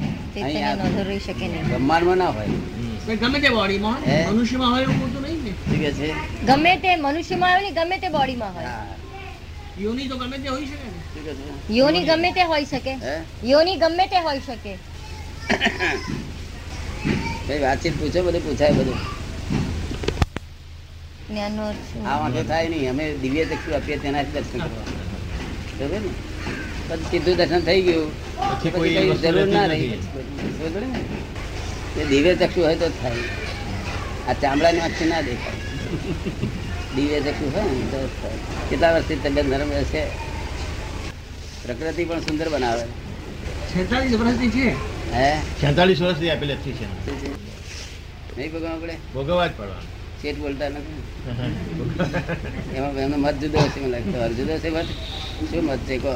તે તેને અહીંયા- નોંધો રહી શકે નહીં બ્રહ્માંડમાં ના હોય ને ગમે તે બોડીમાં હે? મનુષ્યમાં હોય એવું પૂરતું નહીં ને શું કે છે ગમે તે મનુષ્યમાં હોય ને ગમે તે બોડીમાં હોય હા યોની તો ગમે તે હોઈ શકે ને શું કે છે યોની ગમે તે હોઈ શકે હે યોની ગમે તે હોઈ શકે કઈ વાતચીત પૂછો બધું પૂછાય બધું જ્ઞાનનો અર્થ શું? આ વાંધો થાય નહીં અમે દિવ્ય ચક્ષુ આપીએ તેનાથી દર્શન કરવા બરોબર ને પછી સીધું દર્શન થઈ ગયું પછી પછી કોઈ કઈ વસ્તુ જરૂર ના રહેતી રહી નથી. બરોબર ને? એ દિવ્ય ચક્ષુ હોય તો જ થાય આ ચામડાની આંખથી ના દેખાય દિવ્ય ચક્ષુ હોય ને તો જ થાય કેટલા વર્ષથી તબિયત નરમ રહેશે પ્રકૃતિ પણ સુંદર બનાવે છેતાલીસ વર્ષની છે હે છેતાલીસ વર્ષથી આપેલી અચ્છી છે શું છે? નહીં ભગવાન આપણે ભોગવવા જ પડવાનું શેઠ બોલતા નથી એમાં એમનો મત જુદો હશે મને લાગે તમારો જુદો છે મત શું મત છે કહો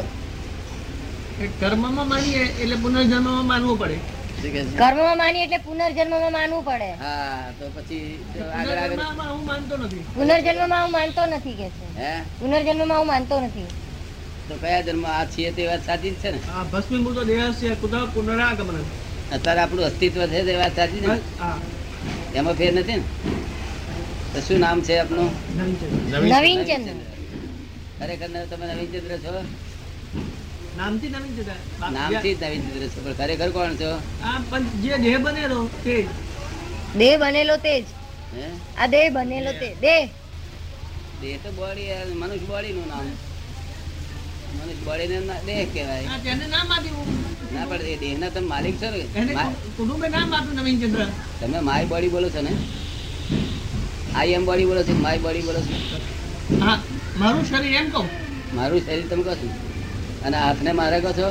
એ કર્મમાં માનીએ એટલે પુનર્જન્મમાં માનવું પડે શું કહે છે? કર્મમાં માની એટલે પુનર્જન્મમાં માનવું પડે હા તો પછી તો આગળ આગળ પુનર્જન્મમાં હું માનતો નથી પુનર્જન્મમાં હું માનતો નથી કે છે હે પુનર્જન્મમાં હું માનતો નથી તો કયા જન્મ આ છીએ તે વાત સાચી જ છે ને આ ભસ્મીભૂતો દેહસ્ય કુતઃ પુનરાગમન અત્યારે આપણું અસ્તિત્વ છે તે વાત સાચી છે ને? આ એમાં ફેર નથી ને તો શું નામ છે આપનું ધન છે. નવી નવીન ચંદ્ર ખરેખર ન- તમે નવીનચંદ્ર છો નામથી નામ છે સાહેબ. બાપ- નામથી જ નવીનચંદ્ર છો પણ ખરેખર કોણ છો આ પણ જે દેહ બનેલો તે દેહ બનેલો તેજ હે આ દેહ બનેલો તે દેહ દેહ તો બોડી મનુષ્ય બોડી નું નામ મનુષ્ય બોડી ને દેહ કહેવાય આ તેને નામ આપ્યું ના પણ એ દેહ ના તમે માલિક છો ને એને મા- કુટુંબે નામ આપ્યું નવીનચંદ્ર તમે માય બોડી બોલો છો ને આઈ એમ બોડી બોલો છો માય બોડી બોલો છો હા મારું શરીર એમ કહું મારું શરીર તમે કહો છો અને હાથને મારે કહો છો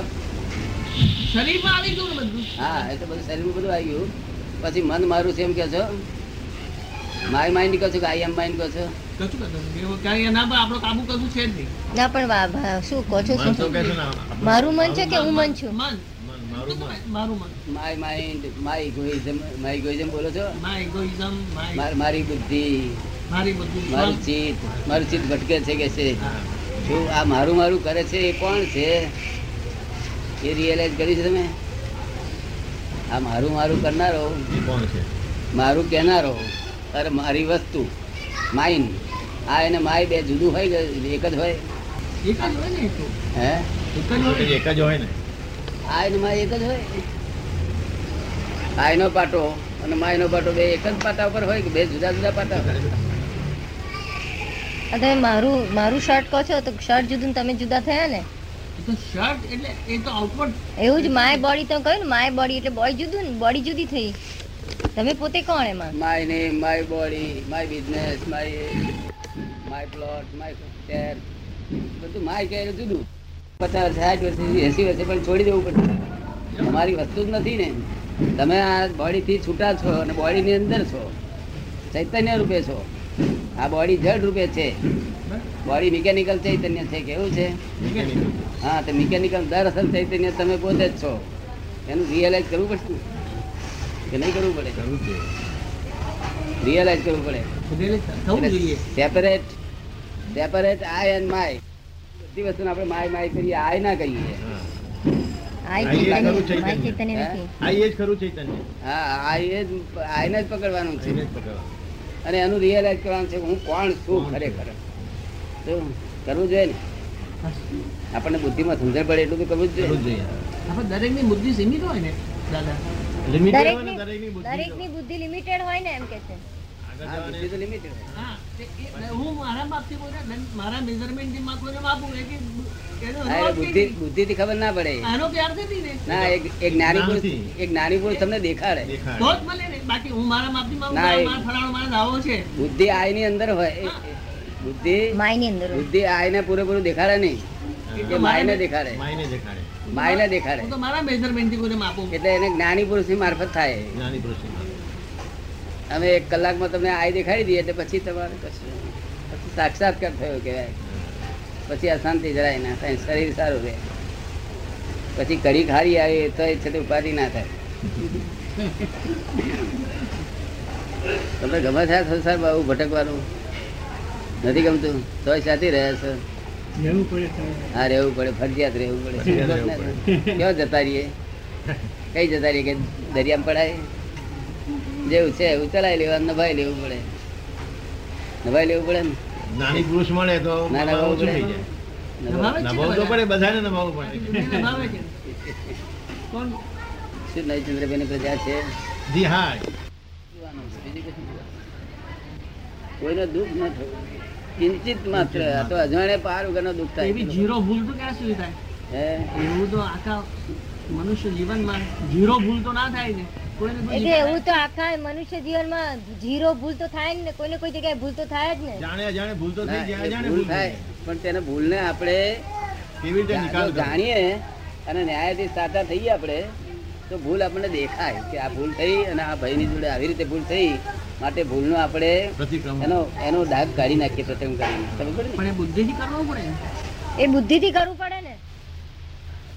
શરીરમાં આવી ગયું ને બધું હા એ તો બધું શરીરમાં બધું આવી ગયું પછી મન મારું છે એમ કહો છો માય માઇન્ડ કહો છો કે આઈ એમ માઇન્ડ કહો છો કશું કરતો નથી. એવું ક્યાંય એના પર આપણો કાબુ કશું છે જ નહીં ના પણ વા- ભા- શું કહો છો મન શું તો કહે છે ને આપણું- મારું મન છે કે હું મન છું મન મન, મારું મન મારું મન my mind my egoism my egoism બોલો છો માય egoism, માય માર- મારી બુદ્ધિ મારી બધું મારું ચિત્ત મારું ચિત્ત ભટકે છે કે છે હા. શું આ મારું મારું કરે છે એ કોણ છે એ રિયલાઇઝ કર્યું છે તમે આ મારું મારું કરનારો એ કોણ છે મારું કહેનારો અરે મારી વસ્તુ માઇન આ એને માય બે જુદું હોય કે એક જ હોય એક જ હોય ને એ તો. હે એક જ તો હોય પછી એક જ હોય ને આ એને માય એક જ હોય આ એનો પાટો અને માયનો પાટો બે એક જ પાટા ઉપર હોય કે બે જુદા જુદા પાટા હોય આ તમે મારું મારું શર્ટ કહો છો તો શર્ટ જુદું ને તમે જુદા થયા ને એ તો શર્ટ એટલે એ તો outward. એવું જ માય બોડી તમે કહ્યું ને માય બોડી એટલે બોડી જુદું ને બોડી જુદી થઈ તમે પોતે કોણ એમાં my name my body my business my my plot my share બધું માય કહે એટલે જુદું પચાસ સાઠ વર્ષથી એસી વર્ષે પણ છોડી દેવું પડશે તમારી વસ્તુ જ નથી ને તમે આ બોડીથી છૂટા છો અને બોડીની અંદર છો ચૈતન્ય રૂપે છો આ બોડી જડ રૂપે છે બોડી મિકેનિકલ ચૈતન્ય છે કેવું છે હા તો મિકેનિકલ દરઅસલ ચૈતન્ય તમે પોતે જ છો એનું રિયલાઇઝ કરવું પડશે ને? કે નહીં કરવું પડે જરૂર છે. રિયલાઇઝ કરવું પડે એટલે થવું જોઈએ separate separate I and my બધી વસ્તુને આપણે માય માય કરીએ આય ના કહીએ હા. આ આ એ ખરું ચેતન માય ચેતન્ય ચૈતન્ય. હે? નથી આ એ જ ખરું ચૈતન્ય હા આય એ જ આયને જ પકડવાનું છે એને જ પકડવાનું. અને એનું રિયલાઇઝ કરવાનું છે કે હું કોણ છું કોણ ખરેખર તો કરવું જોઈએ ને આપણને બુદ્ધિમાં સમજણ પડે એટલું તો કરવું જ જરૂર જોઈએ જોઈએ. આપણે દરેકની બુદ્ધિ સીમિત હોય ને દાદા Limit હોય ને દરેકની દરેકની બુદ્ધિ દરેકની બુદ્ધિ લિમિટેડ હોય ને એમ કે છે હા આગળ જવાને- બુદ્ધિ તો લિમિટેડ હા, તે એ- હું મારા માપથી બોલ્યા, બેન, મારા મેઝરમેન્ટથી માં કોઈને માપું એ કે એનો એનો હા અર્થ એટલે બુદ્ધિ નહીં. બુદ્ધિથી ખબર ના પડે આનો પ્યાર નથી ને ના એક એક જ્ઞાની જ્ઞાનથી. પુરુષ એક જ્ઞાની પુરુષ તમને દેખાડે દેખાય. તો જ મળે ને બાકી હું મારા માપથી માપું ના, એ- મારા ફલાણો માણસ આવો છે બુદ્ધિ આયની અંદર હોય એ- એ- બુદ્ધિ માય ની અંદર બુદ્ધિ આયને પૂરેપૂરું દેખાડે નહીં હા. એ માયને દેખાડે માયને દેખાડે માયને દેખાડે હું તો મારા મેઝરમેન્ટથી કોઈને માપું એટલે એને જ્ઞાની પુરુષની મારફત થાય જ્ઞાની પુરુષની માય. અમે એક કલાકમાં તમને આઈ દેખાડી દઈએ એટલે પછી તમારે કશું પછી સાક્ષાત્કાર થયો કહેવાય પછી અશાંતિ જરાય ના થાય શરીર સારું રહે પછી કઢી ખારી આવે તો એ છતાં ઉપાધિ ના થાય તમને ગમે છે આ સંસાર બહુ ભટકવાનું નથી ગમતું તોય સાથે રહ્યા છો રહેવું પડે હા રહેવું પડે ફરજિયાત રહેવું પડે ફરજિયાત રહેવું પડે. ક્યાં જતા રહીએ કઈ જતા રહીએ કે દરિયામાં પડાય જેવું છે એવું ચલાવી લેવાનું નભાઈ લેવું પડે નભાઈ લેવું પડે ને નાની પુરુષ મળે તો ના, ના, બરાબર. ઓછું થઈ નભાઈ. જાય નભાવે? નભાવવું તો પડે બધાને નભાવવું પડે દુનિયા નભાવે છે કોણ શું નવીચંદ્રભાઈની પ્રજા છે જી હા બીજું કશું નહીં. કોઈનો દુઃખ ન થવું કિંચિત માત્ર આ તો અજાણે પાર વગરનો દુઃખ થાય એવી જીરો ભૂલ તો ક્યાં સુધી થાય હે એવું તો આખા મનુષ્ય જીવનમાં જીરો ભૂલ તો ના થાય ને કોઈને કોઈ એટલે એવું તો આખા મનુષ્ય જીવનમાં જીરો ભૂલ તો થાય જ ને કોઈને કોઈ જગ્યાએ ભૂલ તો થાય જ ને જાણે અજાણે ભૂલ તો થઈ જાય ના, એ અજાણે ભૂલ ભૂલ થાય થઈ પણ તેને ભૂલને આપણે જાય. કેવી રીતે નિકાલ જો કરવો? જાણીએ અને ન્યાયથી સાચા થઈએ આપણે તો ભૂલ આપણને દેખાય કે આ ભૂલ થઈ અને આ ભાઈની જોડે આવી રીતે ભૂલ થઈ માટે ભૂલનો આપણે પ્રતિક્રમણ એનો એનો દાગ કાઢી નાખીએ પ્રથમ કરીને ખબર પડે પણ એ બુદ્ધિથી કરવું પડે ને. એ બુદ્ધિથી કરવું પડે ને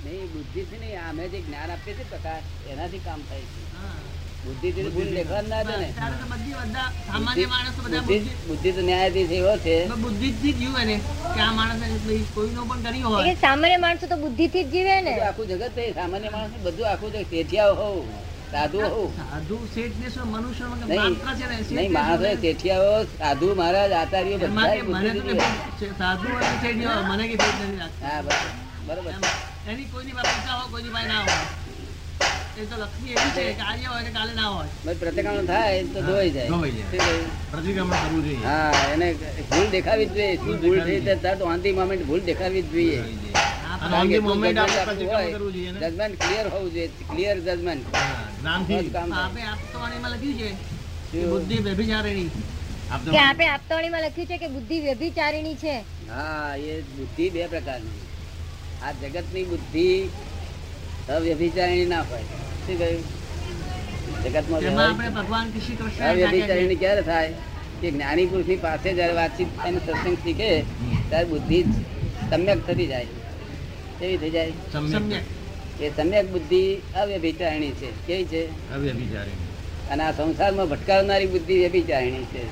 ને નહીં બુદ્ધિ થી નહીં અમે જે જ્ઞાન આપીએ છીએ પ્રકાશ એનાથી કામ થાય છે હા. બુદ્ધિ થી ભૂલ દેખવા ના દે ને ત્યારે તો બધી બધા સામાન્ય માણસ તો બધા બુદ્ધિ બુદ્ધિ બુદ્ધિ તો ન્યાયથી એવો છે બુદ્ધિથી જ જીવે ને કે આ માણસે ભાઈ કોઈનો પણ એ કર્યો હોય કે સામાન્ય માણસો તો બુદ્ધિથી જ જીવે ને બધું આખું જગત એ સામાન્ય માણસ બધું આખું જગત શેઠિયા હોવ સાધુ હોવ સાધુ શેઠ ને શું મનુષ્ય વગર નહીં, માત્ર છે ને, શેઠ નહીં ને માણસો શું? શેઠિયાઓ સાધુ મહારાજ આચાર્યો એમાં બધા કે મને તો કે શે- સાધુ હોય કે શેઠ હોય, મને કે શેઠ નથી લાગતો. હા બરાબર. બરાબર એમ, એની કોઈની પાસે પૈસા હોય કોઈની પાસે ના હોય એ તો લક્ષ્મી એવી છે કે આજે હોય ને કાલે ના હોય બસ પ્રતિક્રમણ થાય તો ધોવાઈ જાય ધોવાઈ જાય. શું થયું? પ્રતિક્રમણ કરવું જોઈએ હા એને ભૂલ દેખાવી જ જોઈએ શું ભૂલ થઈ દેખાવી તો on the moment ભૂલ દેખાવી જ જોઈએ આ અને પ્રમાણે on the moment judgment આપવું આપણે પ્રતિક્રમણ હોય, કરવું જોઈએ ને judgment clear હોવું જોઈએ ક્લિયર જજમેન્ટ હા, નામથી જ. કામ થાય. આપે આપતવાણીમાં લખ્યું છે કે શું? બુદ્ધિ વ્યભિચારિણી આપ તો- કે આપે આપતાણીમાં લખ્યું છે કે બુદ્ધિ વ્યભિચારિણી છે હા એ બુદ્ધિ બે પ્રકારની આ જગતની બુદ્ધિ અવ્યભિચારિણી ના હોય શું કહ્યું જગતમાં જેમાં આપણે વ્યવહારિક- ભગવાન કે શ્રી કૃષ્ણને જાગ્યા છે. અવ્યભિચારિણી ક્યારે થાય કે જ્ઞાની પુરુષની પાસે જ્યારે વાતચીત અને સત્સંગ શીખે ત્યારે બુદ્ધિ સમ્યક થતી જાય કેવી થઈ જાય સમ્યક સમ્યક. એ સમ્યક બુદ્ધિ અવ્યભિચારિણી છે કેવી છે અવ્યભિચારિણી. અને આ સંસારમાં ભટકાવનારી બુદ્ધિ વ્યભિચારિણી છે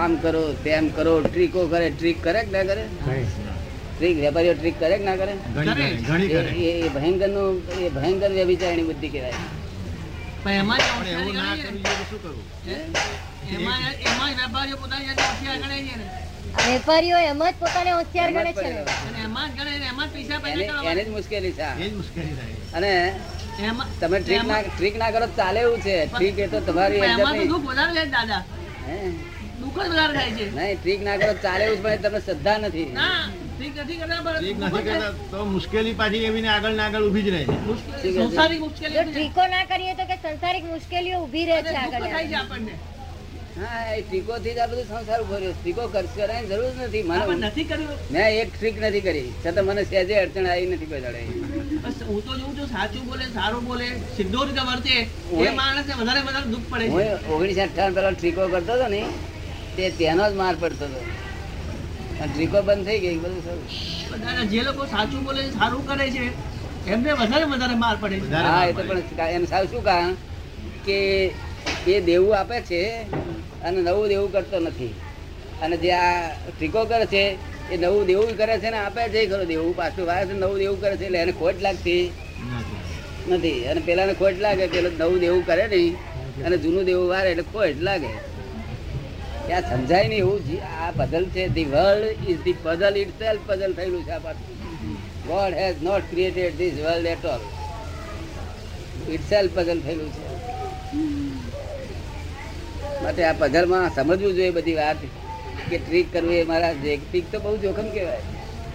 આમ કરો તેમ કરો ટ્રીકો કરે ટ્રીક કરે કે ના કરે ટ્રીક વેપારીઓ ટ્રીક કરે કે ના કરે ઘણી કરે, ઘણી એ કરે એ ભયંકરનું એ ભયંકર વ્યભિચારિણી બુદ્ધિ કહેવાય પણ એમાં જ પણ એવું ના હોશિયારી કરવું ગણાય જોઈએ તો શું કરવું છે. એમાં એમાં જ વેપારીઓ પોતાની જાતે હોશિયાર ગણાય છે ને. વેપારીઓ એમ જ પોતાને હોશિયાર ગણે છે ને અને એમાં જ ગણાય ને એમાં જ પૈસા એને પેદા એને કરવાના. જ મુશ્કેલી છે આ. એ જ મુશ્કેલી થાય છે. અને એમાં- તમે ટ્રીક ના એમાં- ટ્રીક ના કરો તો ચાલે એવું છે ટ્રીક એ તો તમારી પણ એમાં અંદર તો દુઃખ વધારે થાય દાદા નહીં દુઃખ જ વધારે થાય છે નહીં ટ્રીક ના કરો તો ચાલે એવું છે પણ તમને શ્રદ્ધા નથી ના ઠીક નથી કરતા પણ એક દુઃખ જ નથી થાય. કરતા તો મુશ્કેલી પાછી એવીને આગળ ને આગળ ઊભી જ રહે છે મુશ્કેલી- સંસારિક મુશ્કેલી જો છે. ટ્રીકો ના કરીએ તો કે સંસારિક મુશ્કેલીઓ ઊભી રહે અને છે દુઃખ આગળ થાય છે આપણને હા એ ટ્રીકો થી જ આ બધું સંસાર ઉભો રહ્યો ટ્રીકો કરશો એની જરૂર જ નથી આપણે મને નથી કર્યું મેં એક ટ્રીક નથી કરી છતાં મને સહેજે અડચણ આવી નથી કોઈ દાડે બસ હું તો જોઉં છું સાચું બોલે સારું બોલે સીધો રીતે વર્તે એ ઓય. માણસને વધારે વધારે દુઃખ પડે છે હું ઓગણીસો અઠ્ઠાણું પેલા ટ્રીકો કરતો હતો ને તે તેનો જ માર પડતો હતો અને ટ્રીકો બંધ થઈ ગઈ બધું સારું બધાને જે લોકો સાચું બોલે છે સારું કરે છે એમને વધારે વધારે માર પડે છે વધારે હા ના એ તો પડે. પણ કા- એનું સાવ શું કારણ કે એ દેવું આપે છે અને નવું દેવું કરતો નથી અને જે આ ટીકો કરે છે એ નવું દેવું કરે છે ને આપે છે ખરું દેવું પાછું વાળે છે નવું દેવું કરે છે એટલે એને ખોટ લાગતી નથી. નથી અને પેલાને ખોટ લાગે પેલું નવું દેવું કરે નહીં અને જૂનું દેવું વારે એટલે ખોટ લાગે એ આ સમજાય નહીં એવું જી- આ પઝલ છે the world is the puzzle itself puzzle થયેલું છે આ પાછું God has not created this world at all itself puzzle થયેલું છે માટે આ પઝલમાં સમજવું જોઈએ બધી વાત કે ટ્રીક કરવી એ મારા જે ટ્રીક તો બહુ જોખમ કહેવાય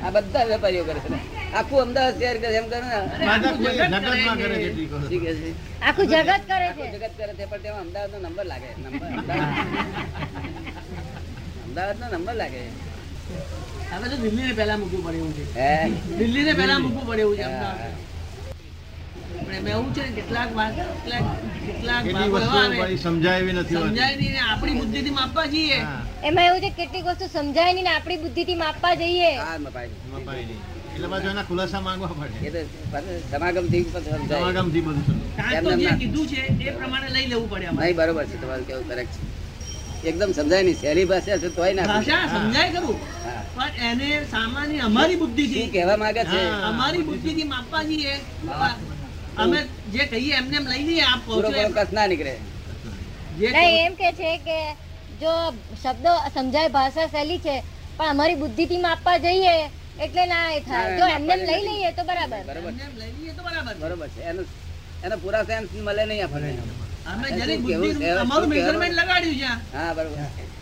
આ બધા વેપારીઓ કરે છે ને. આખું અમદાવાદ શહેર કરે છે. એમ કરે ને બધા કોઈ જગતમાં કરે છે ટીકો. શું કહે છે? આખું જગત કરે છે આખું જગત કરે છે પણ તેમાં અમદાવાદનો નંબર લાગે નંબર અમદાવાદ નો નંબર લાગે હવે તો દિલ્હીને પહેલા મૂકવું પડે એવું છે હે દિલ્હીને પહેલા મૂકવું પડે એવું છે હા. અમદાવાદ. પણ એમાં એવું છે ને કેટલાક વાત કેટલાક કેટલાક કેટલી ભાગો એવા વસ્તુઓ આવે, પાછી સમજાય એવી નથી હોતી. સમજાય નહીં ને આપણી બુદ્ધિથી માપવા જઈએ હા, એમાં એવું છે કે કેટલીક વસ્તુ સમજાય નહીં ને આપણી બુદ્ધિથી માપવા જઈએ હા, મપાઈ. મપાઈ નહીં. એટલે પાછું એના ખુલાસા માંગવા એ પડે તો પાછું સમાગમથી પાછું સમજાય. સમાગમથી બધું સમજાય. કાં તો એમને જે ના. કીધું છે એ પ્રમાણે લઈ લેવું પડે અમારે નહીં બરોબર છે તમારું કેવું correct છે એકદમ સમજાય નહીં સહેલી ભાષા છે તોય ના સમજાય. ભાષા સમજાય ખરું હા. પણ એને સામાન્ય અમારી શું બુદ્ધિથી કહેવા માંગે છે હા. અમારી બુદ્ધિથી માપવા જઈએ અમે જે કહીએ એમને એમ લઈ લઈએ આપ કહો પૂરો છો પૂરો એમ. કસ ના નીકળે જે ના, કહો- એમ કે છે કે જો શબ્દો સમજાય ભાષા સહેલી છે પણ અમારી બુદ્ધિથી માપવા જઈએ એટલે ના એ થાય ના, જો ના, એમને એમ માપવા લઈ જઈએ. લઈએ તો બરાબર બરોબર એમને એમ લઈ લઈએ તો બરાબર બરોબર છે એનો એનો પૂરા સેન્સ મળે નહીં આપણને અમે શું જરીક કહેવું બુદ્ધિ- છે? શું અમારું કહેવાનું? મેઝરમેન્ટ લગાડ્યું છે હા બરોબર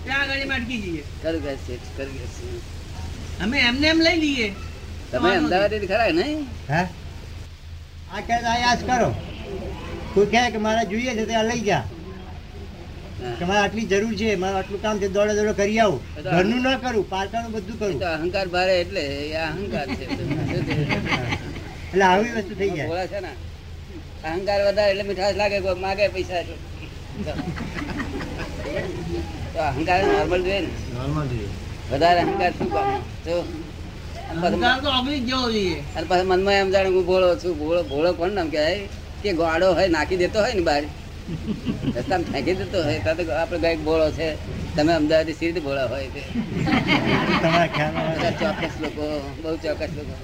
ત્યાં આગળ એમાં અટકી જઈએ કરું કે છે કરું કે છે અમે એમને એમ લઈ લઈએ તમે અમદાવાદ ખરા ને હે આ કે આયાસ કરો તું કહે કે મારે જોઈએ છે ત્યાં લઈ જા હા. કે મારે આટલી જરૂર છે મારે આટલું કામ છે દોડે દોડે કરી આવું એ તો- ઘરનું ના કરું પારકાનું બધું એ કરું તો અહંકાર ભારે એટલે એ અહંકાર છે શું છે? એટલે આવી વસ્તુ થઈ જાય ભોળા છે ને અહંકાર વધારે એટલે મીઠાશ લાગે કોઈ માગે પૈસા એટલે. તો અહંકાર નોર્મલ જોઈએ ને નોર્મલ જોઈએ વધારે અહંકાર શું કામ તો અહંકાર તો ઓગળી જ જવો જોઈએ અને પાછું મનમાં એમ જાણે હું ભોળો છું ભોળો ભોળો કોણ નામ કહેવાય કે ગોળો હોય નાખી દેતો હોય ને બહાર રસ્તામાં ફેંકી દેતો હોય ત્યાં તો આપણે કઈક ભોળો છે તમે અમદાવાદ સી રીતે ભોળા હોય છે તમારા ખ્યાલમાં બધા ચોક્કસ લોકો બહુ ચોક્કસ લોકો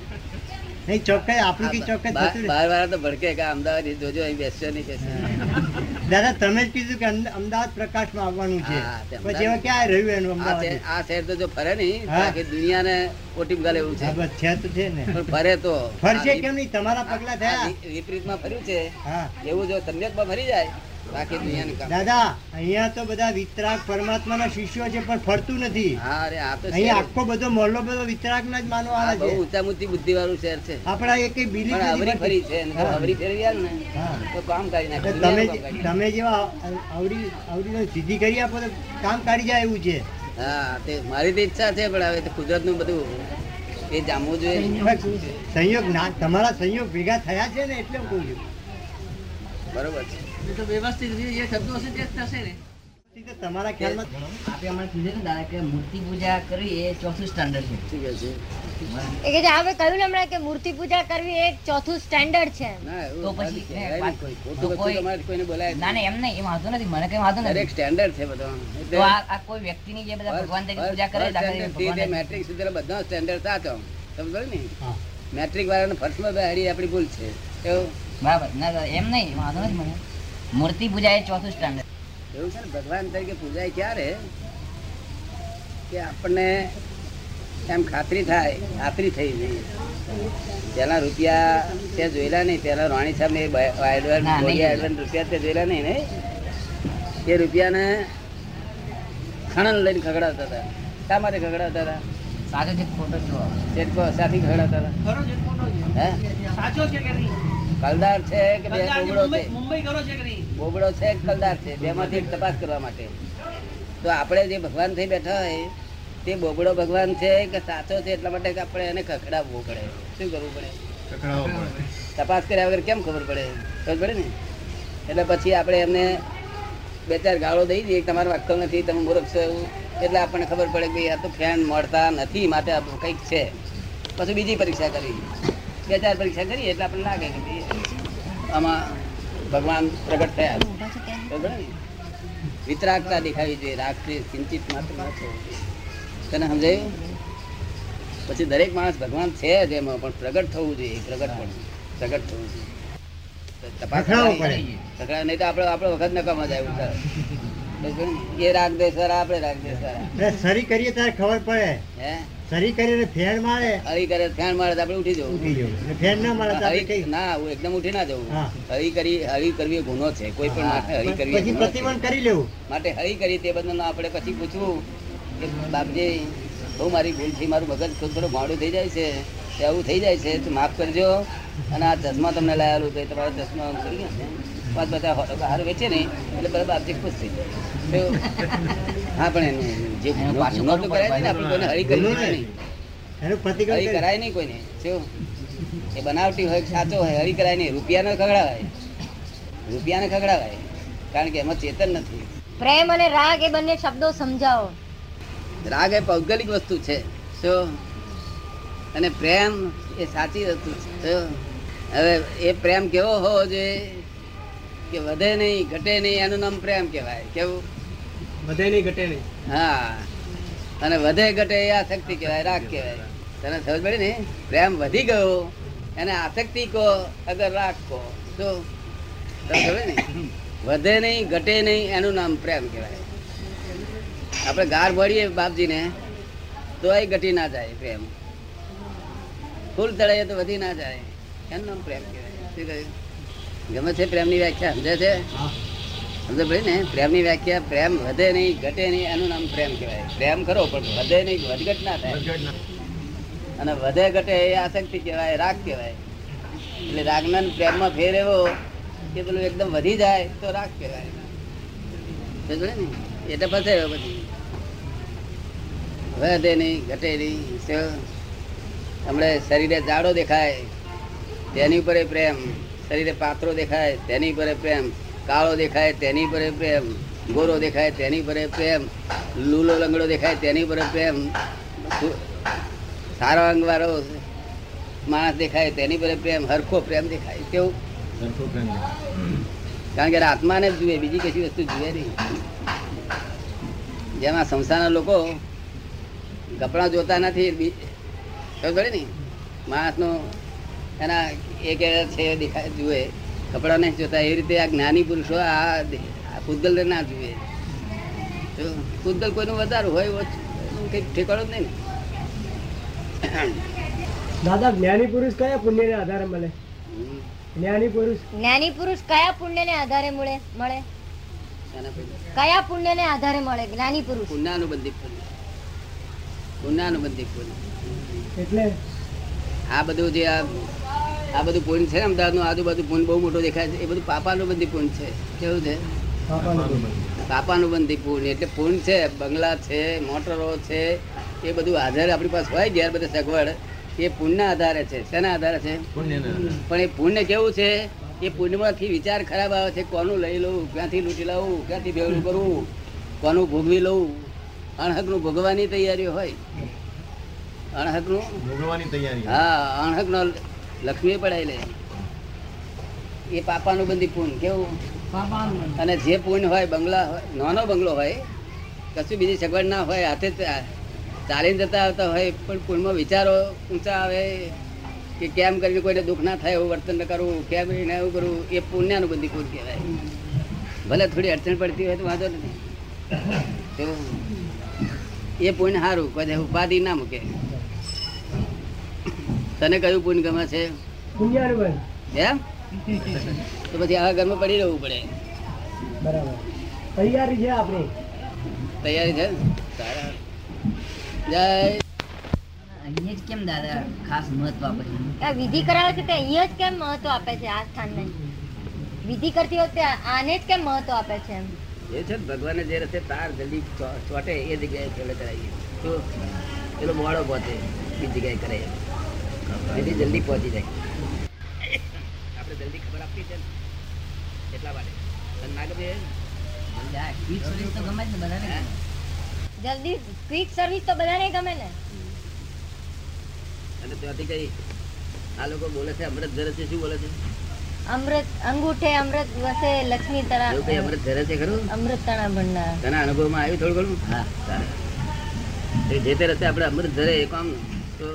નહીં ચોક્કસ આપણું કઈ ચોક્કસ બહાર થતું નથી. વાળા તો ભડકે કે અમદાવાદ જોજો અહીં બેસશો નહીં બેસશો દાદા તમે જ કીધું કે અમદ- અમદાવાદ પ્રકાશમાં આવવાનું છે હા, તે અમદાવાદ- પછી હવે ક્યાં રહ્યું એનું આ શહેર- અમદાવાદ આ શહેર તો જો ફરે નહીં હા. આખી દુનિયાને ઓટીમ ગાલે એવું છે હા બસ છે તો છે ને પણ ફરે તો ફરશે આ કેમ નહીં તમારા આ- પગલા આ થયા વિ- વિપરીતમાં ફર્યું છે હા એવું જો સમ્યકમાં ફરી જાય બાકી દુનિયાનું કામ દાદા અહીંયા તો બધા વિતરાગ પરમાત્માના શિષ્યો છે પણ ફરતું નથી હા અરે આ તો અહીંયા શહેર- આખો બધો મહોલ્લો બધો વિતરાગના જ માનવા આ આવે બહુ છે ઊંચા ઊંચી બુદ્ધિવાળું શહેર છે આપણા એ કઈ પણ અવરી ફરી છે અને જો અવરી બિલીફ ફેરવી આવે ને હા. તો કામ કાઢી નાખે તમે દુનિયાનું કામ કાઢી તમે જેવા આવડી આવડી સીધી કરી આપો તો કામ કાઢી જાય એવું છે નાખે. હા તે મારી તો ઈચ્છા છે પણ હવે તો કુદરતનું બધું એ જામવું જોઈએ સંયોગ ના તમારા સંયોગ ભેગા થયા છે ને એટલે હું કહું છું બરોબર છે એ તો વ્યવસ્થિત રીતે જે શબ્દો હશે તે જ થશે ને ઈ તો તમારા ખ્યાલમાં આપણે હમણાં કીધું ને દાદા કે મૂર્તિ પૂજા કરવી એ ચોથું સ્ટાન્ડર્ડ છે શું કહે છે એ કે જે આપણે કહ્યું ને હમણાં કે મૂર્તિ પૂજા કરવી એ એક ચોથું સ્ટેન્ડર્ડ છે એમ. ના તો એવું પછી કહેવાય નહીં. એ વાત- ખોટું તો કોઈ- કશું તમારે કોઈને બોલાય ના નહીં. ના એમ નહીં એ વાંધો નથી મને કઈ વાંધો દરેક નથી સ્ટેન્ડર્ડ છે બધો એટલે તો આ આ કોઈ વ્યક્તિની જે બધા ભગવાન તરીકે પૂજા કરે દાખલા તરીકે ભગવાન તરીકે. મેટ્રિક સુધી બધા સ્ટેન્ડર્ડ સાચો તમે ખબર ને હા. મેટ્રિક વાળાને ફર્સ્ટમાં બેહાડી આપણી ભૂલ છે એવું બરાબર ના ના, એમ નહીં વાંધો નથી મને મૂર્તિ પૂજા એ ચોથું સ્ટાન્ડર્ડ એવું છે ને ભગવાન તરીકે પૂજાય ક્યારે કે આપણને એમ ખાતરી થાય ખાતરી થઈ નહીં પેલા રૂપિયા તે જોયેલા નહીં પેલા રાણી સામે એડવાન્સ ના, નહીં બોડી એડવાન્સ રૂપિયા તે જોયેલા નહીં ને એ રૂપિયાને ખણન લઈને ખગડાવતા હતા શા માટે ખગડાવતા હતા સાચો છે કે ખોટો છે શેઠકો શાથી ખગડાવતા હતા ખરો છે ખોટો છે હે સાચો છે કે નહીં કલદાર છે કે બે કદાચ બોબડો છે મુંબઈ મુંબઈ ખરો છે કે નહીં બોબડો છે કે કલદાર છે બેમાંથી એક તપાસ કરવા માટે તો આપણે જે ભગવાન થઈ બેઠા હોય તે બોબડો ભગવાન છે કે સાચો છે એટલા માટે કે આપણે એને ખખડાવવું પડે શું કરવું પડે કકડાવો પડે તપાસ કર્યા વગર કેમ ખબર પડે ખબર પડે ને એટલે પછી આપણે એમને બે ચાર ગાળો દઈ દઈએ કે તમારું અક્કલ નથી તમે મૂર્ખ છો એવું એટલે આપણને ખબર પડે કે ભાઈ આ તો ફ્રેન્ડ મળતા નથી માટે આ કંઈક છે પછી બીજી પરીક્ષા કરી બે ચાર પરીક્ષા કરીએ એટલે આપણને લાગે કે ભાઈ આમાં ભગવાન પ્રગટ થયા છે. ઊભા છો કેમ? ખબર પડે ને? વિતરાગતા દેખાવી જોઈએ રાગથી ચિંતિત માત્ર ન થવું જોઈએ. તને સમજાયું પછી દરેક માણસ ભગવાન છે જ એમાં પણ પ્રગટ થવું જોઈએ પ્રગટ પણ પ્રગટ થવું જોઈએ તો તપાસ ખખડાવવું કરાવી. ખખડાવે નહીં તો આપણે આપણો વખત નકામ જ આવ્યું તારે. તો શું ને? એ રાગ દે સારા આપણે રાગ દે સારા એટલે સરી કરીએ ત્યારે ખબર પડે હે સરી કરીને ફેર મારે હળી કરે ફેન મારે તો આપણે ઉઠી જવું ઉઠી જવું એટલે ફેર ના મારે તો આપણે હળી- કઈ ના હું એકદમ ઉઠી ના જવું હા. હળી કરી હળી કરવી એ ગુનો છે કોઈ પણ માણસને હળી કરવી એ પછી ગુનો છે. પ્રતિમન કરી લેવું માટે હળી કરી તે બદલ આપણે પછી પૂછવું કે બાપજી બહુ મારી ભૂલ થઈ મારું મગજ થોડું થોડું મોડું થઈ જાય છે તે આવું થઈ જાય છે તો માફ કરજો અને આ ચશ્મા તમને લાયેલું તો એ તમારા ચશ્મા આમ કરી ગયા છે પાંચ બધા બહાર વેચે નહીં એટલે બધા બાપજી ખુશ થઈ જાય તો હા પણ એનું જે એનું ગુનો- પાછું ગુનો તો કરવું કરાય પડે. નહીં ને આપણે કોઈને હળી કરી ગુનો શકાય નહીં એનું પ્રતિક્રમણ હળી કરી કરાય નહીં કોઈને શું એ બનાવટી હોય કે સાચો હોય હળી કરાય નહીં રૂપિયાને ખગડાવાય રૂપિયાને ખગડાવાય કારણ કે એમાં ચેતન નથી પ્રેમ અને રાગ એ બંને શબ્દો સમજાવો રાગ એ ભૌગોલિક વસ્તુ છે શું અને પ્રેમ એ સાચી વસ્તુ છે શું? હવે એ પ્રેમ કેવો હોવો જોઈએ કે વધે નહીં ઘટે નહીં એનું નામ પ્રેમ કહેવાય કેવું વધે નહીં ઘટે નહીં હા અને વધે ઘટે એ આસક્તિ કહેવાય રાગ કહેવાય તને સમજ પડી ને પ્રેમ વધી ગયો એને આસક્તિ કહો અગર રાગ કહો તો તમને ખબર ને વધે નહીં ઘટે નહીં એનું નામ પ્રેમ કહેવાય આપણે ગાર ભરીએ બાપજીને તો એ ઘટી ના જાય પ્રેમ ફૂલ તળાઈએ તો વધી ના જાય એનું નામ પ્રેમ કહેવાય શું કહ્યું ગમે છે પ્રેમની વ્યાખ્યા સમજે છે સમજે ભાઈ ને પ્રેમની વ્યાખ્યા પ્રેમ વધે નહીં ઘટે નહીં એનું નામ પ્રેમ કહેવાય પ્રેમ કરો પણ વધે નહીં વધઘટ ના થાય ઘટના. અને વધે ઘટે એ આસક્તિ કહેવાય રાગ કહેવાય એટલે રાગના ને પ્રેમમાં ફેર એવો કે પેલું એકદમ વધી જાય તો રાગ કહેવાય સમજ્યો ને? એટલે ફસાયો પછી વધે નહીં ઘટે નહીં તો હમણે શરીરે જાડો દેખાય તેની ઉપર એ પ્રેમ શરીરે પાત્રો દેખાય તેની પર એ પ્રેમ કાળો દેખાય તેની પર એ પ્રેમ ગોરો દેખાય તેની પર એ પ્રેમ લૂલો લંગડો દેખાય તેની પર એ પ્રેમ સુ- સારો અંગ વાળો માણસ દેખાય તેની પર પ્રેમ હરખો પ્રેમ દેખાય કેવું સરખો પ્રેમ દેખાય. કારણ કે આત્માને જ જુએ બીજી કશી વસ્તુ જુએ નહીં જેમાં સંસારના લોકો કપડાં જોતા નથી બી- ખબર પડે ને માણસનો એના એ કે છે એ દેખાય જુએ કપડાં નહીં જોતા એ રીતે આ જ્ઞાની પુરુષો આ દે- આ પૂતગલને ના જુએ તો પૂતગલ કોઈનું વધારે હોય ઓછું એનું કંઈ ઠેકાણો જ નહીં ને દાદા જ્ઞાની પુરુષ કયા પુણ્યને આધારે મળે હમ. જ્ઞાની પુરુષ જ્ઞાની પુરુષ કયા પુણ્યને આધારે મળે મળે એના પછી કયા પુણ્યને આધારે મળે જ્ઞાની પુરુષ પુણ્યાનુબંધી પુણ્ય પુણ્યાનુબંધી પુણ્ય એટલે આ બધું જે આ આ બધું પુણ્ય છે ને અમદાવાદનું આજુબાજુ પુણ્ય બહુ મોટો દેખાય છે એ બધું પાપાનુબંધી પુણ્ય છે કેવું છે બાપાનું પાપાનુબંધી પુણ્ય એટલે પુણ્ય છે બંગલા છે મોટરો છે એ બધું આધારે આપણી પાસે હોય જ્યારે બધા સગવડ એ પુણ્યના આધારે છે શેના આધારે છે પુણ્યના આધારે. પણ એ પુણ્ય કેવું છે એ પુણ્યમાંથી વિચાર ખરાબ આવે છે કોનું લઈ લઉં ક્યાંથી લૂંટી લાવું ક્યાંથી ભેગું કરવું કોનું ભોગવી લઉં અણહકનું ભોગવાની તૈયારી હોય અણહકનું ભોગવવાની તૈયારી હા અણહકનો લક્ષ્મી પડાય લે એ પાપાનું બંધી પુણ્ય કેવું પાપાનું અને જે પુણ્ય હોય બંગલા હોય નાનો બંગલો હોય કશું બીજી સગવડ ના હોય હાથે જ ચાલીને જતા આવતા હોય પણ પુણ્યમાં વિચારો ઊંચા આવે કે કેમ કરીને કોઈને દુઃખ ના થાય એવું વર્તન ન કરવું કેમ કરીને એવું કરવું એ પુણ્યાનું બધી પૂર કહેવાય ભલે થોડી અડચણ પડતી હોય તો વાંધો નથી તો એ પુણ્ય સારું કોઈ ઉપાધિ ના મૂકે તને કયું પુણ્ય ગમે છે પુણ્યાનુબંધ એમ તો પછી આવા ઘરમાં પડી રહેવું પડે બરાબર તૈયારી છે આપણી તૈયારી છે ને? સારા. જય અહીંયા જ કેમ દાદા ખાસ મહત્વ આપે છે આ વિધિ કરાવે છે તે અહીંયા જ કેમ મહત્વ આપે છે આ સ્થાનને વિધિ કરતી વખતે આને જ કેમ મહત્વ આપે છે એમ એ છે ને ભગવાને જે રસ્તે તાર જલ્દી ચો- ચોંટે એ જગ્યાએ પેલે કરાવીએ તો પેલો મોડો પહોંચે બીજી જગ્યાએ કરાય એટલે જલ્દી પહોંચી જાય આપણે જલ્દી ખબર આપવી છે ને એટલા માટે તને ના ગમે આ quick service તો ગમે જ ને બધાને હે? જલ્દી ક્વિક સર્વિસ તો બધાને ગમે ને અને ત્યાંથી કઈ આ લોકો બોલે છે અમૃત ધરે છે શું બોલે છે અમૃત અંગૂઠે અમૃત વસે લક્ષ્મી તરા એવું કઈ અમૃત ધરે છે ખરું અમૃત તણા ભંડાર તને અનુભવમાં આવ્યું થોડું ઘણું હા જે તે રસ્તે આપણે અમૃત ધરે એ કામ તો